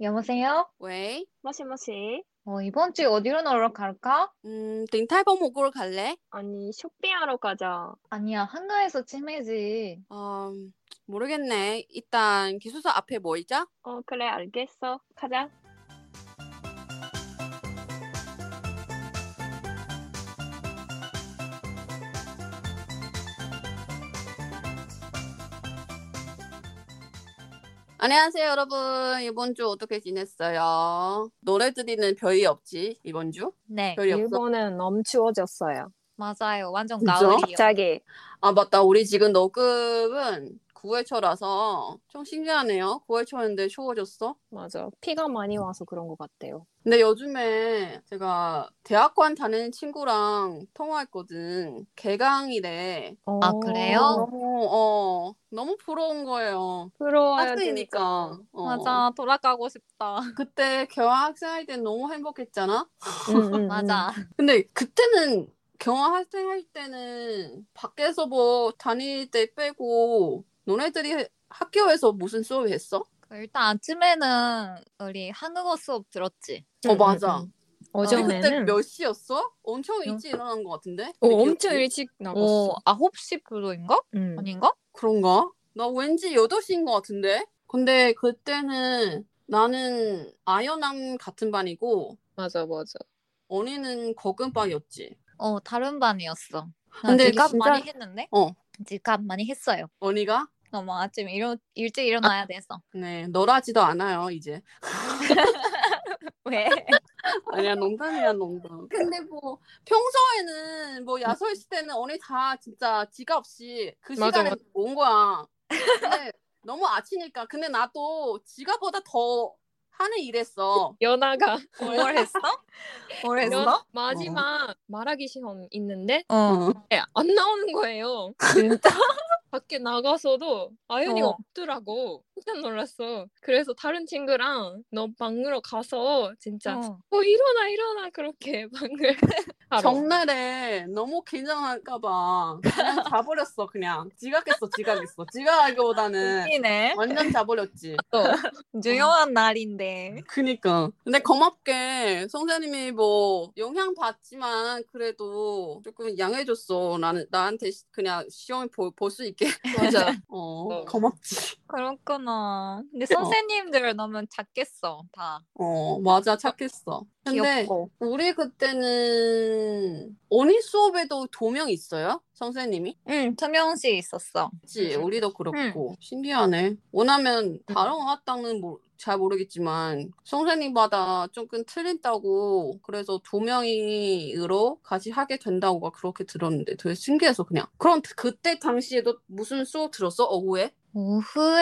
여보세요? 왜? 머시머시. 어, 이번 주에 어디로 놀러 갈까? 음, 링탈버 목으로 갈래? 아니, 쇼핑하러 가자. 아니야, 한가해서 치매지. 어, 모르겠네. 일단 기숙사 앞에 뭐 모이자. 어, 그래, 알겠어. 가자. 안녕하세요, 여러분. 이번 주 어떻게 지냈어요? 노래 들이는 별이 없지, 이번 주? 네, 별이 없어. 일본은 너무 추워졌어요. 맞아요. 완전 진짜? 가을이요. 갑자기. 아, 맞다. 우리 지금 녹음은 9월초라서 좀 신기하네요. 9월초인데 추워졌어? 맞아. 피가 많이 와서 그런 것 같아요. 근데 요즘에 제가 대학관 다니는 친구랑 통화했거든. 개강이래. 어, 아, 그래요? 너무, 어, 너무 부러운 거예요. 부러워요, 학생이니까. 어. 맞아, 돌아가고 싶다. 그때 경화 학생할 때 너무 행복했잖아. 진짜. 음, 음, 음. 맞아. 근데 그때는 경화 학생 할 때는 밖에서 뭐 다닐 때 빼고 너네들이 학교에서 무슨 수업을 했어? 그 일단 아침에는 우리 한국어 수업 들었지? 어 맞아. 음, 음. 근데 어제는 그때 몇 시였어? 엄청 일찍 일어난 것 같은데? 어, 내 기억에. 엄청 일찍 오, 나갔어. 9시 부로인가? 음. 아닌가? 그런가? 나 왠지 8시인 것 같은데? 근데 그때는 나는 아연함 같은 반이고 맞아, 맞아. 언니는 거금반이었지. 어, 다른 반이었어. 난 근데 지갑 진짜- 많이 했는데? 어. 지갑 많이 했어요. 언니가? 너무 아침 일어, 일찍 일어나야 돼서. 네, 너라지도 않아요, 이제. 왜? 아니야 농담이야 농담. 근데 뭐 평소에는 뭐 야설 있을 때는 언니 다 진짜 지갑 없이 그 맞아, 시간에 온 거야. 근데 너무 아치니까 근데 나도 지갑보다 더 하는 일했어. 연아가 뭘 했어? 뭘 연- 어. 마지막 말하기 시험 있는데 어. 네, 안 나오는 거예요. 진짜? 밖에 나가서도 아연이가 어. 없더라고. 깜짝 놀랐어. 그래서 다른 친구랑 너 방으로 가서 진짜 어, 어. 일어나 일어나 그렇게 방을 하러. 정날에 너무 긴장할까봐 그냥 자버렸어 그냥 지각했어 지각했어 지각하기보다는 웃기네. 완전 자버렸지. 중요한 날인데. 그니까. 근데 고맙게 선생님이 뭐 영향 받지만 그래도 조금 양해줬어. 나는 나한테 시- 그냥 시험을 볼 수 있게. 맞아. 어, 어. 고맙지. 그렇구나. 근데 선생님들 너무 작겠어, 다. 어, 맞아 착했어. 근데 귀엽고. 우리 그때는 언니 수업에도 도명 있어요? 선생님이? 응, 투명시 있었어. 그치, 우리도 그렇고. 음. 신기하네. 원하면 다른 학당은 뭐, 잘 모르겠지만 선생님마다 조금 틀린다고 그래서 두 명이로 같이 하게 된다고가 그렇게 들었는데 되게 신기해서 그냥. 그럼 그때 당시에도 무슨 수업 들었어? 오후에?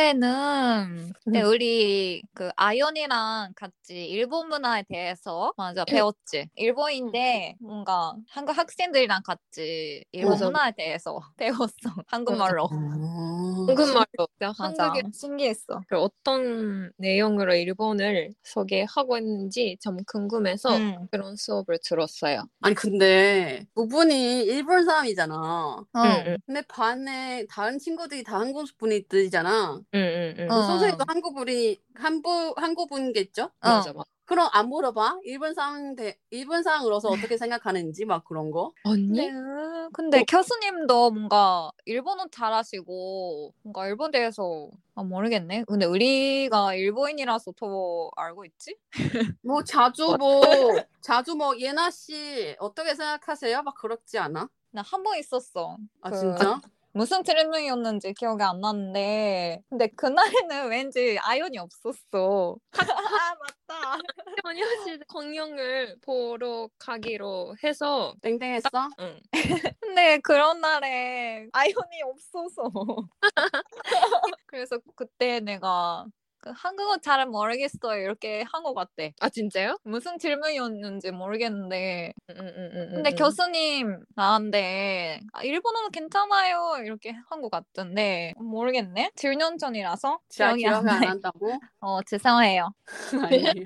오후에는 그때 음. 우리 그 아연이랑 같이 일본 문화에 대해서 맞아 배웠지. 일본인데 뭔가 한국 학생들이랑 같이 일본 맞아. 문화에 대해서 배웠어. 한국말로. 음. 그 한국말로 맞아. 한국의 신기했어. 그 어떤 내용으로 일본을 소개하고 있는지 좀 궁금해서 응. 그런 수업을 들었어요. 아니 근데 두 분이 일본 사람이잖아. 어. 응응응응. 근데 반에 다른 친구들이 다 한국 분이들이잖아. 음, 어. 선생님도 한국 분이 한부 한국 분겠죠? 맞아 맞아. 그럼 안 물어봐? 일본 상황 대 일본 상황으로서 어떻게 생각하는지 막 그런 거. 언니? 네. 근데 교수님도 뭔가 일본어 잘하시고 뭔가 일본 대해서 아, 모르겠네. 근데 우리가 일본인이라서 더 알고 있지? 뭐 자주 뭐 자주 뭐 예나 씨 어떻게 생각하세요? 막 그렇지 않아? 나 한 번 있었어. 아 그- 진짜? 무슨 트레이닝이었는지 기억이 안 나는데 근데 그날에는 왠지 아연이 없었어. 아 맞다. 연희씨 공연을 보러 가기로 해서 땡땡했어? 응. 근데 그런 날에 아연이 없어서 그래서 그때 내가 그 한국어 잘 모르겠어요 이렇게 한 것 같대. 아 진짜요? 음, 무슨 질문이었는지 모르겠는데 근데 음, 근데 교수님 나한테 아, 일본어는 괜찮아요 이렇게 한 것 같던데 모르겠네 7년 전이라서 잘 기억이 안 기억이 안 나요 네. 난다고? 어 죄송해요 아니.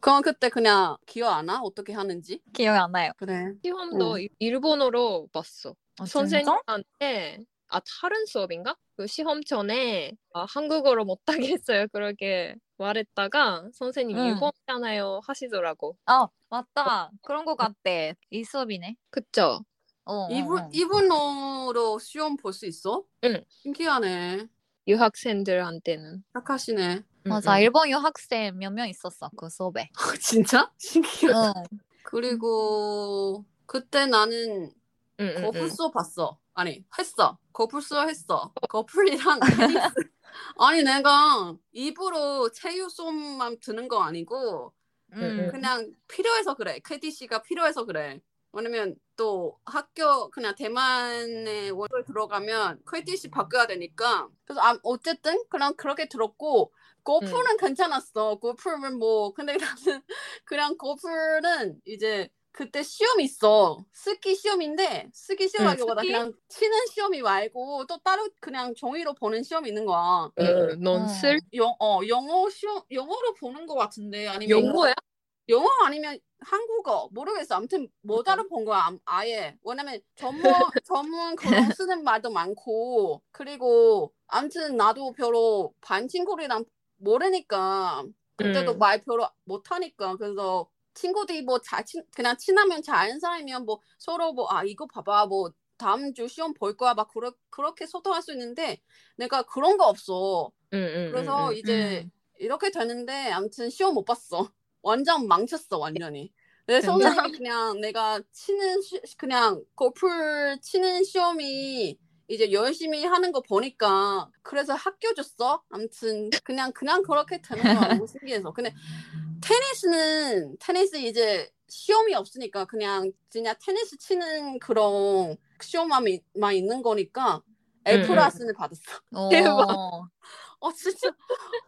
그럼 그때 그냥 기억 안 나? 어떻게 하는지? 기억이 안 나요 그래. 시험도 응. 일- 일본어로 봤어. 아, 진짜? 선생님한테 아 다른 수업인가? 그 시험 전에 아, 한국어로 못하겠어요 그렇게 말했다가 선생님 응. 일본잖아요 하시더라고. 어 맞다 그런 거 같대 이 수업이네 그쵸? 어, 이분 어, 어. 이분으로 시험 볼 수 있어? 응. 신기하네. 유학생들한테는. 착하시네. 맞아 음, 응, 응. 일본 유학생 몇 명 있었어 그 수업에 어, 진짜? 신기해. 응. 그리고 그때 나는 응, 응, 응. 거풀소 봤어. 아니 했어. 거풀소 했어. 거풀이랑 테니스. 아니 내가 입으로 체육 수업만 드는 거 아니고 응. 음, 그냥 필요해서 그래. KDC가 필요해서 그래. 왜냐면 또 학교 그냥 대만에 원을 들어가면 KDC 바꿔야 되니까. 그래서 아, 어쨌든 그냥 그렇게 들었고 고풀은 괜찮았어. 고풀은 뭐 근데 나는 그냥 고풀은 이제 그때 시험 이 있어. 스키 시험인데 스키 시험하기보다 스키? 그냥 치는 시험이 말고 또 따로 그냥 종이로 보는 시험이 있는 거야. 어, 넌 어. 쓸? 영, 어, 영어 시험 영어로 보는 거 같은데 아니면 영어야? 영어 아니면 한국어 모르겠어. 아무튼 뭐 그러니까. 따로 본 거야. 암- 아예 왜냐면 전문 전문 그런 쓰는 말도 많고 그리고 아무튼 나도 별로 반 친구들이랑 모르니까 그때도 음. 말 별로 못 하니까 그래서 친구들이 뭐잘 친, 그냥 친하면 잘 아는 사람이면 뭐 서로 뭐 아 이거 봐봐 뭐 다음 주 시험 볼 거야 막 그러, 그렇게 소통할 수 있는데 내가 그런 거 없어. 응, 응, 그래서 응, 이제 음. 이렇게 되는데 아무튼 시험 못 봤어. 완전 망쳤어 완전히. 내 진짜? 선생님이 그냥 내가 치는 시, 그냥 고풀 치는 시험이 이제 열심히 하는 거 보니까 그래서 학교 줬어. 아무튼 그냥 그냥 그렇게 되는 거 너무 신기해서. 근데 테니스는 테니스 이제 시험이 없으니까 그냥 그냥 테니스 치는 그런 시험만 이- 만 있는 거니까 음, 음. A 플러스는 받았어. 어. 대박. 어 진짜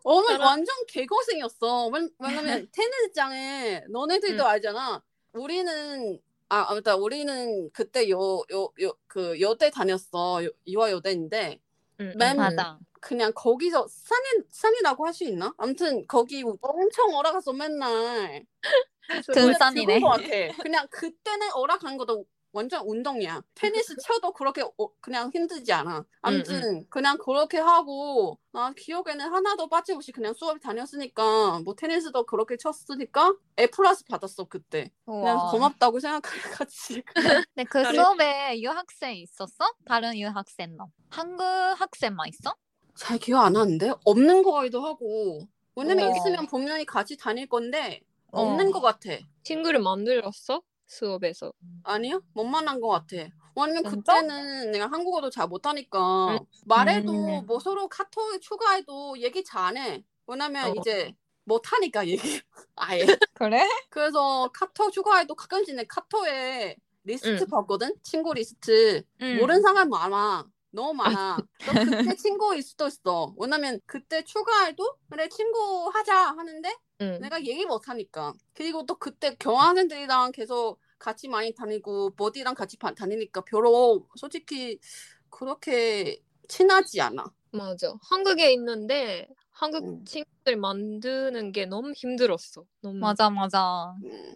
어머 사람- 완전 개고생이었어. 왜- 왜냐면 테니스장에 너네들도 알잖아. 우리는 아 아무튼 우리는 그때 요 요 요 그 여대 다녔어. 요- 이화 여대인데 응, 응, 맨- 응. 맞아 그냥 거기서 산이 산이라고 할 수 있나? 아무튼 거기 엄청 올라가서 맨날 등산이네. 죽은 것 같아. 그냥 그때는 오락한 것도 완전 운동이야. 테니스 쳐도 그렇게 오- 그냥 힘들지 않아. 아무튼 그냥 그렇게 하고 나 기억에는 하나도 빠짐없이 그냥 수업 다녔으니까 뭐 테니스도 그렇게 쳤으니까 A 플러스 받았어 그때. 그냥 우와. 고맙다고 생각하지. 근데 그 다른- 수업에 유학생 있었어? 다른 유학생 너 한국 학생만 있어? 잘 기억 안 나는데 없는 거기도 하고 왜냐면 어. 있으면 분명히 같이 다닐 건데 없는 어. 것 같아. 친구를 만들었어? 수업에서. 아니요, 못 만난 것 같아. 왜냐면 진짜? 그때는 내가 한국어도 잘 못하니까 음. 말해도 음. 뭐 서로 카톡에 추가해도 얘기 잘 안 해. 왜냐면 어. 이제 못하니까 얘기 아예. 그래? 그래서 카톡 추가해도 가끔씩 내 카톡에 리스트 음. 봤거든? 친구 리스트. 음. 모르는 사람 많아. 너무 많아. 또 그때 친구일 수도 있어. 왜냐면 그때 추가해도 그래 친구 하자 하는데 응. 네. 내가 얘기 못하니까. 그리고 또 그때 경화생들이랑 계속 같이 많이 다니고 버디랑 같이 바- 다니니까 별로 솔직히 그렇게 친하지 않아. 맞아. 한국에 있는데 한국 음. 친구들 만드는 게 너무 힘들었어. 너무. 맞아 맞아 음.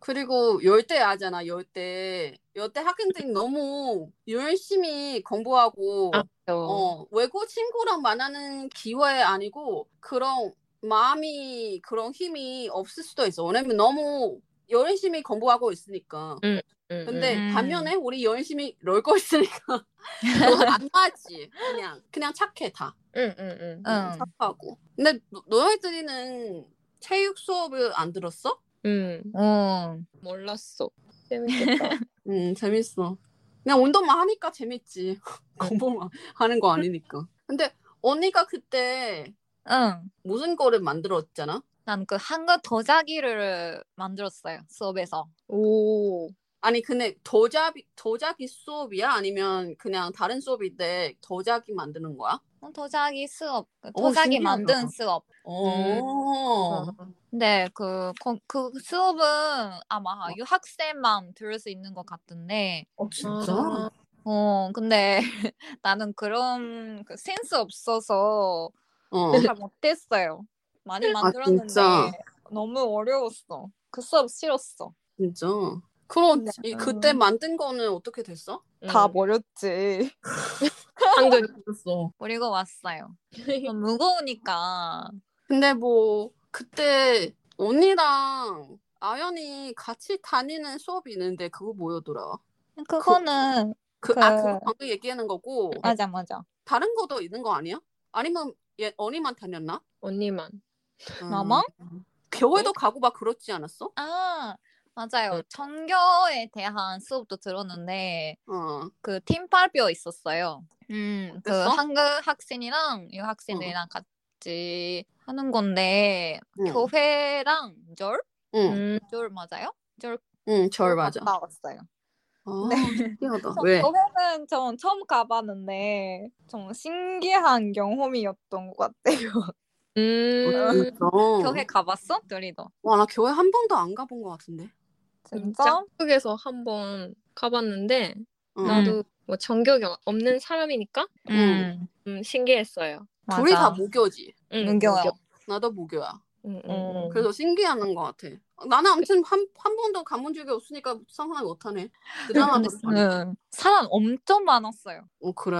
그리고 열대 알잖아 열대 열대 학생들이 너무 열심히 공부하고 아, 어. 어, 외국 친구랑 만나는 기회 아니고 그런 마음이 그런 힘이 없을 수도 있어. 왜냐면 너무 열심히 공부하고 있으니까. 응, 근데 음. 반면에 우리 열심히 놀고 있으니까 너무 안 맞지. 그냥 그냥 착해 다. 응, 응, 응. 어. 응. 착하고. 근데 너- 너희들이는 체육 수업을 안 들었어? 응. 응 몰랐어. 재밌겠다. 음 재밌어. 그냥 운동만 하니까 재밌지. 공부만 하는 거 아니니까. 근데 언니가 그때 응. 무슨 거를 만들었잖아? 난 그 한글 도자기를 만들었어요 수업에서 오. 아니 근데 도자기 도자기 수업이야 아니면 그냥 다른 수업인데 도자기 만드는 거야? 어, 도자기 수업 그 도자기 신기하다. 만든 수업 오. 어. 근데 그, 거- 그, 수업은 아마 유학생만 들을 수 있는 것 같은데 어 아, 어 근데 나는 그런 그 센스 없어서 어. 아, 잘 못했어요 많이 만들었는데 진짜? 너무 어려웠어 그 수업 싫었어 진짜. 그렇지. 음. 그때 만든 거는 어떻게 됐어? 다 음, 버렸지. 한국 됐어. 버리고 왔어요. 좀 무거우니까. 근데 뭐 그때 언니랑 아연이 같이 다니는 수업이 있는데 그거 뭐였더라? 그거는 그, 아 그- 그거 방금 얘기하는 거고 맞아 맞아. 다른 거도 있는 거 아니야? 아니면 얘 언니만 다녔나? 언니만. 음. 나만? 어? 겨울도 가고 막 그렇지 않았어? 아 맞아요. 음. 정교에 대한 수업도 들었는데 어. 그 팀발표 있었어요. 음, 그 어땠어? 한국 학생이랑 유학생들이랑 같이 하는 건데 응. 교회랑 절? 응. 음, 절 맞아요? 절 응. 절 맞아. 갔다 왔어요. 아, 네. 저- 신기하다. 왜? 교회는 전 처음 가봤는데 좀 신기한 경험이었던 것 같아요. 음, 그 교회 가봤어? 둘이도? 어, 와, 나 교회 한 번도 안 가본 것 같은데. 진짜? 한국에서 한번 가봤는데 응. 나- 나도 뭐 전격이 없는 사람이니까 응. 음, 신기했어요. 둘이 다 무교지. 응, 문교요. 나도 무교야. 응, 응. 음. 그래서 신기하는 것 같아. 나는 아무튼 한, 한 번도 가본 적이 없으니까 상상을 못하네. 대단하다. 응. 네. 사람 엄청 많았어요. 어, 그래.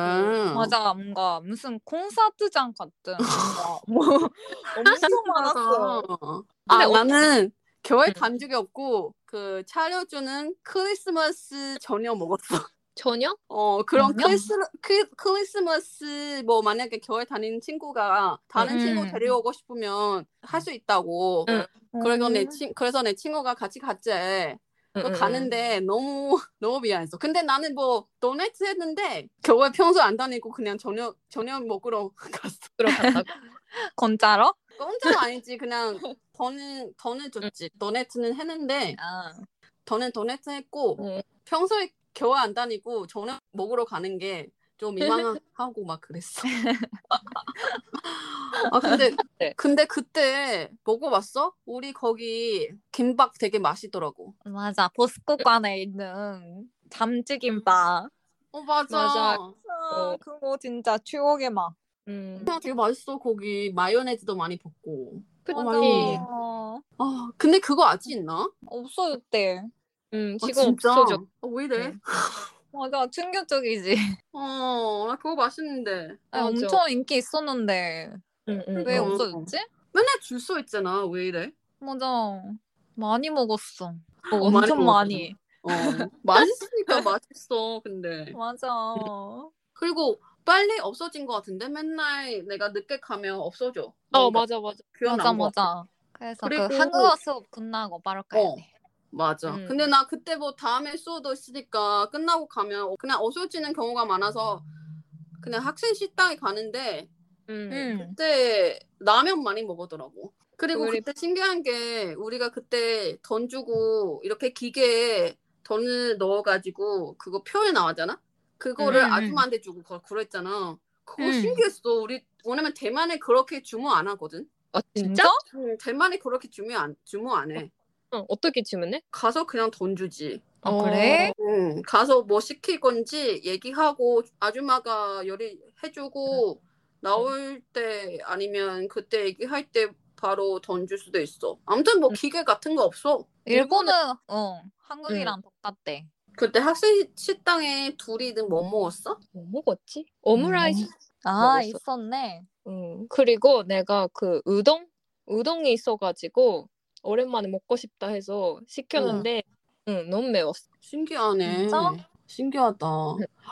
맞아, 뭔가 무슨 콘서트장 같은 뭔가 뭐 엄청 많았어. 아, 근데 나는 교회 응. 간 적이 없고 그 차려주는 크리스마스 저녁 먹었어. 저녁? 어 그런 저녁? 크리스, 크, 크리스마스 뭐 만약에 교회 다니는 친구가 다른 응. 친구 데려오고 싶으면 할 수 있다고. 응. 그래서 내 음. 친, 그래서 내 친구가 같이 갔지. 응, 그 응, 응. 가는데 너무 너무 미안했어. 근데 나는 뭐 도네트 했는데 겨우에 평소 안 다니고 그냥 저녁 저녁 먹으러 갔어. 들어갔다고. 건자로? 혼자는 아니지 그냥 더는 더는 줬지. 도네트는 했는데 아. 더는 도네트 했고 응. 평소에 겨우 안 다니고 저녁 먹으러 가는 게 좀 민망하고 막 그랬어. 아 근데 네. 근데 그때 먹어봤어? 우리 거기 김밥 되게 맛있더라고. 맞아, 보스코관에 있는 잠찌김밥. 어 맞아. 맞아. 어. 아, 그거 진짜 추억의 맛. 음. 그냥 되게 맛있어 거기 마요네즈도 많이 붓고. 그치. 맞아. 아, 근데 그거 아직 있나? 없어졌대. 음, 아, 지금 없어져. 네. 아, 왜 이래? 응. 맞아, 충격적이지. 어, 나 그거 맛있는데. 아, 맞아. 엄청 인기 있었는데 응, 응, 왜 어. 응. 없어졌지? 맨날 줄 서 있잖아. 왜 이래? 맞아, 많이 먹었어. 어, 어, 많이 엄청 먹었어. 많이. 어, 맛있으니까 맛있어. 근데 맞아. 그리고 빨리 없어진 것 같은데 맨날 내가 늦게 가면 없어져. 어, 뭔가 맞아, 맞아. 기억이 맞아, 안것 같아. 맞아. 그래서 그 그리고- 한국어 수업 끝나고 바로 가야 어. 돼. 맞아. 음. 근데 나 그때 뭐 다음에 수업도 있으니까 끝나고 가면 그냥 없어지는 경우가 많아서 그냥 학생 식당에 가는데 음. 응. 그때 라면 많이 먹었더라고. 그리고 우리- 그때 신기한 게 우리가 그때 돈 주고 이렇게 기계에 돈을 넣어가지고 그거 표에 나왔잖아. 그거를 음, 음. 아줌마한테 주고 그걸 그랬잖아. 그거 음. 신기했어. 우리 왜냐면 대만에 그렇게 주문 안 하거든. 아, 진짜? 진짜? 음, 대만에 그렇게 주문 안 주문 안 해. 어, 어떻게 주문해? 가서 그냥 돈 주지. 아, 그래? 응, 가서 뭐 시킬 건지 얘기하고 아줌마가 요리해주고 나올 때 아니면 그때 얘기할 때 바로 던질 수도 있어. 아무튼 뭐 음. 기계 같은 거 없어. 일본은 어 한국이랑 똑같대. 그때 학생 식당에 둘이는 뭐 먹었어? 뭐 먹었지? 오므라이스. 아 먹었어. 있었네. 음. 그리고 내가 그 우동? 우동이 있어가지고 오랜만에 먹고 싶다 해서 시켰는데 응, 너무 매웠어. 신기하네. 진짜? 신기하다.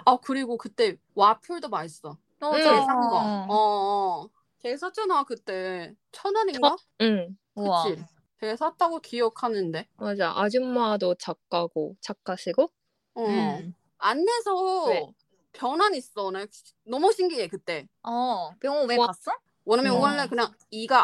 아 그리고 그때 와플도 맛있어. 맞아. 제일 싼 거. 어, 어. 제일 쌌잖아 그때 천 원인가? 응, 우와. 그치? 제일 쌌다고 기억하는데. 맞아. 아줌마도 작가고 작가시고. 어. 음. 안내서 왜? 변환 있어. 나 너무 신기해 그때. 어 병원 왜 와. 갔어? 왜냐면 음. 원래 그냥 이가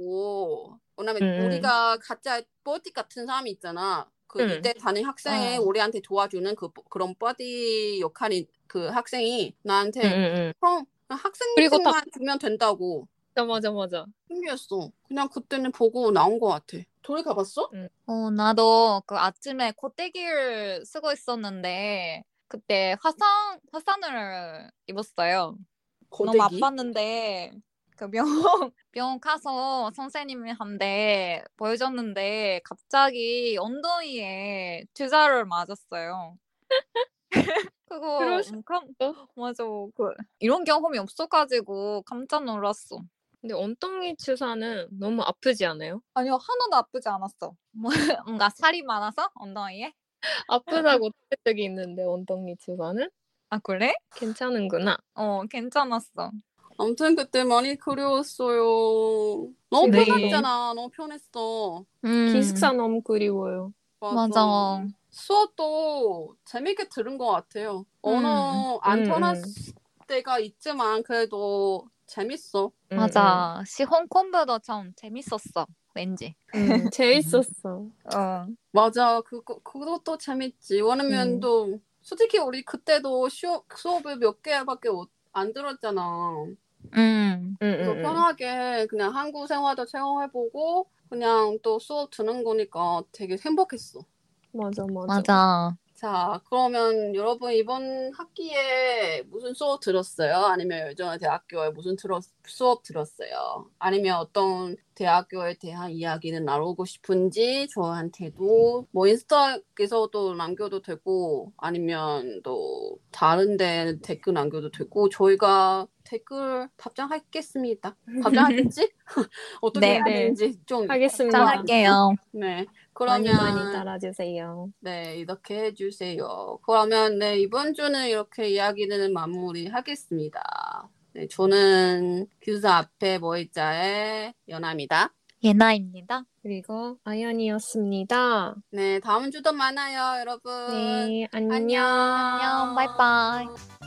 아팠다고. 왜냐면 음. 우리가 가짜 버디 같은 사람이 있잖아. 그 음. 이때 다닌 학생이 음. 우리한테 도와주는 그 버- 그런 버디 역할이 그 학생이 나한테 응, 응, 응. 그럼 학생만 음. 그리고 딱- 주면 된다고 맞아, 맞아, 맞아. 신기했어. 그냥 그때는 보고 나온 것 같아. 돌이 가봤어? 어 나도 그 아침에 코떼기를 쓰고 있었는데 그때 화상 화산을 입었어요. 너무 고데기? 아팠는데 그 병원 병원 가서 선생님한테 보여줬는데 갑자기 엉덩이에 주사를 맞았어요. 그거 그럴 수 엄청 있죠. 맞아 그 이런 경험이 없어가지고 깜짝 놀랐어. 근데 엉덩이 주사는 너무 아프지 않아요? 아니요 하나도 아프지 않았어. 뭐, 뭔가 살이 많아서 엉덩이에? 아프다고 들은 적이 있는데 엉덩이 주사는 아 그래? 괜찮은구나. 어 괜찮았어. 아무튼 그때 많이 그리웠어요. 너무 네. 편했잖아. 너무 편했어. 기숙사 너무 그리워요. 음, 맞아. 수업도 재밌게 들은 것 같아요. 언어 안 음, 편할 음. 때가 있지만 그래도 재밌어. 음, 맞아. 시홍 콤보도 참 재밌었어. 왠지. 음, 음, 재밌었어. 어. 맞아. 그거 그것도 재밌지. 음. 왜냐면 또 솔직히 우리 그때도 수업 수업을 몇 개밖에 못- 안 들었잖아. 음. 음, 그래서 음, 음. 편하게 그냥 한국 생활도 체험해보고 그냥 또 수업 듣는 거니까 되게 행복했어. 맞아 맞아. 맞아. 자, 그러면 여러분 이번 학기에 무슨 수업 들었어요? 아니면 예전에 대학교에 무슨 들었, 수업 들었어요? 아니면 어떤 대학교에 대한 이야기는 나누고 싶은지 저한테도 뭐 인스타에서도 남겨도 되고 아니면 또 다른 데 댓글 남겨도 되고 저희가 댓글 답장하겠습니다. 답장하겠지? 어떻게 네, 해야 네. 되는지 좀 하겠습니다. 잘 할게요. 네. 많이 그러면 많이 달아주세요. 네, 이렇게 해주세요. 그러면 네, 이번 주는 이렇게 이야기는 마무리하겠습니다. 네, 저는 규사 앞에 모이자의 연아입니다. 예나입니다. 그리고 아연이었습니다. 네, 다음 주도 만나요, 여러분. 네 어, 안녕. 안녕. 아. 안녕. 바이바이.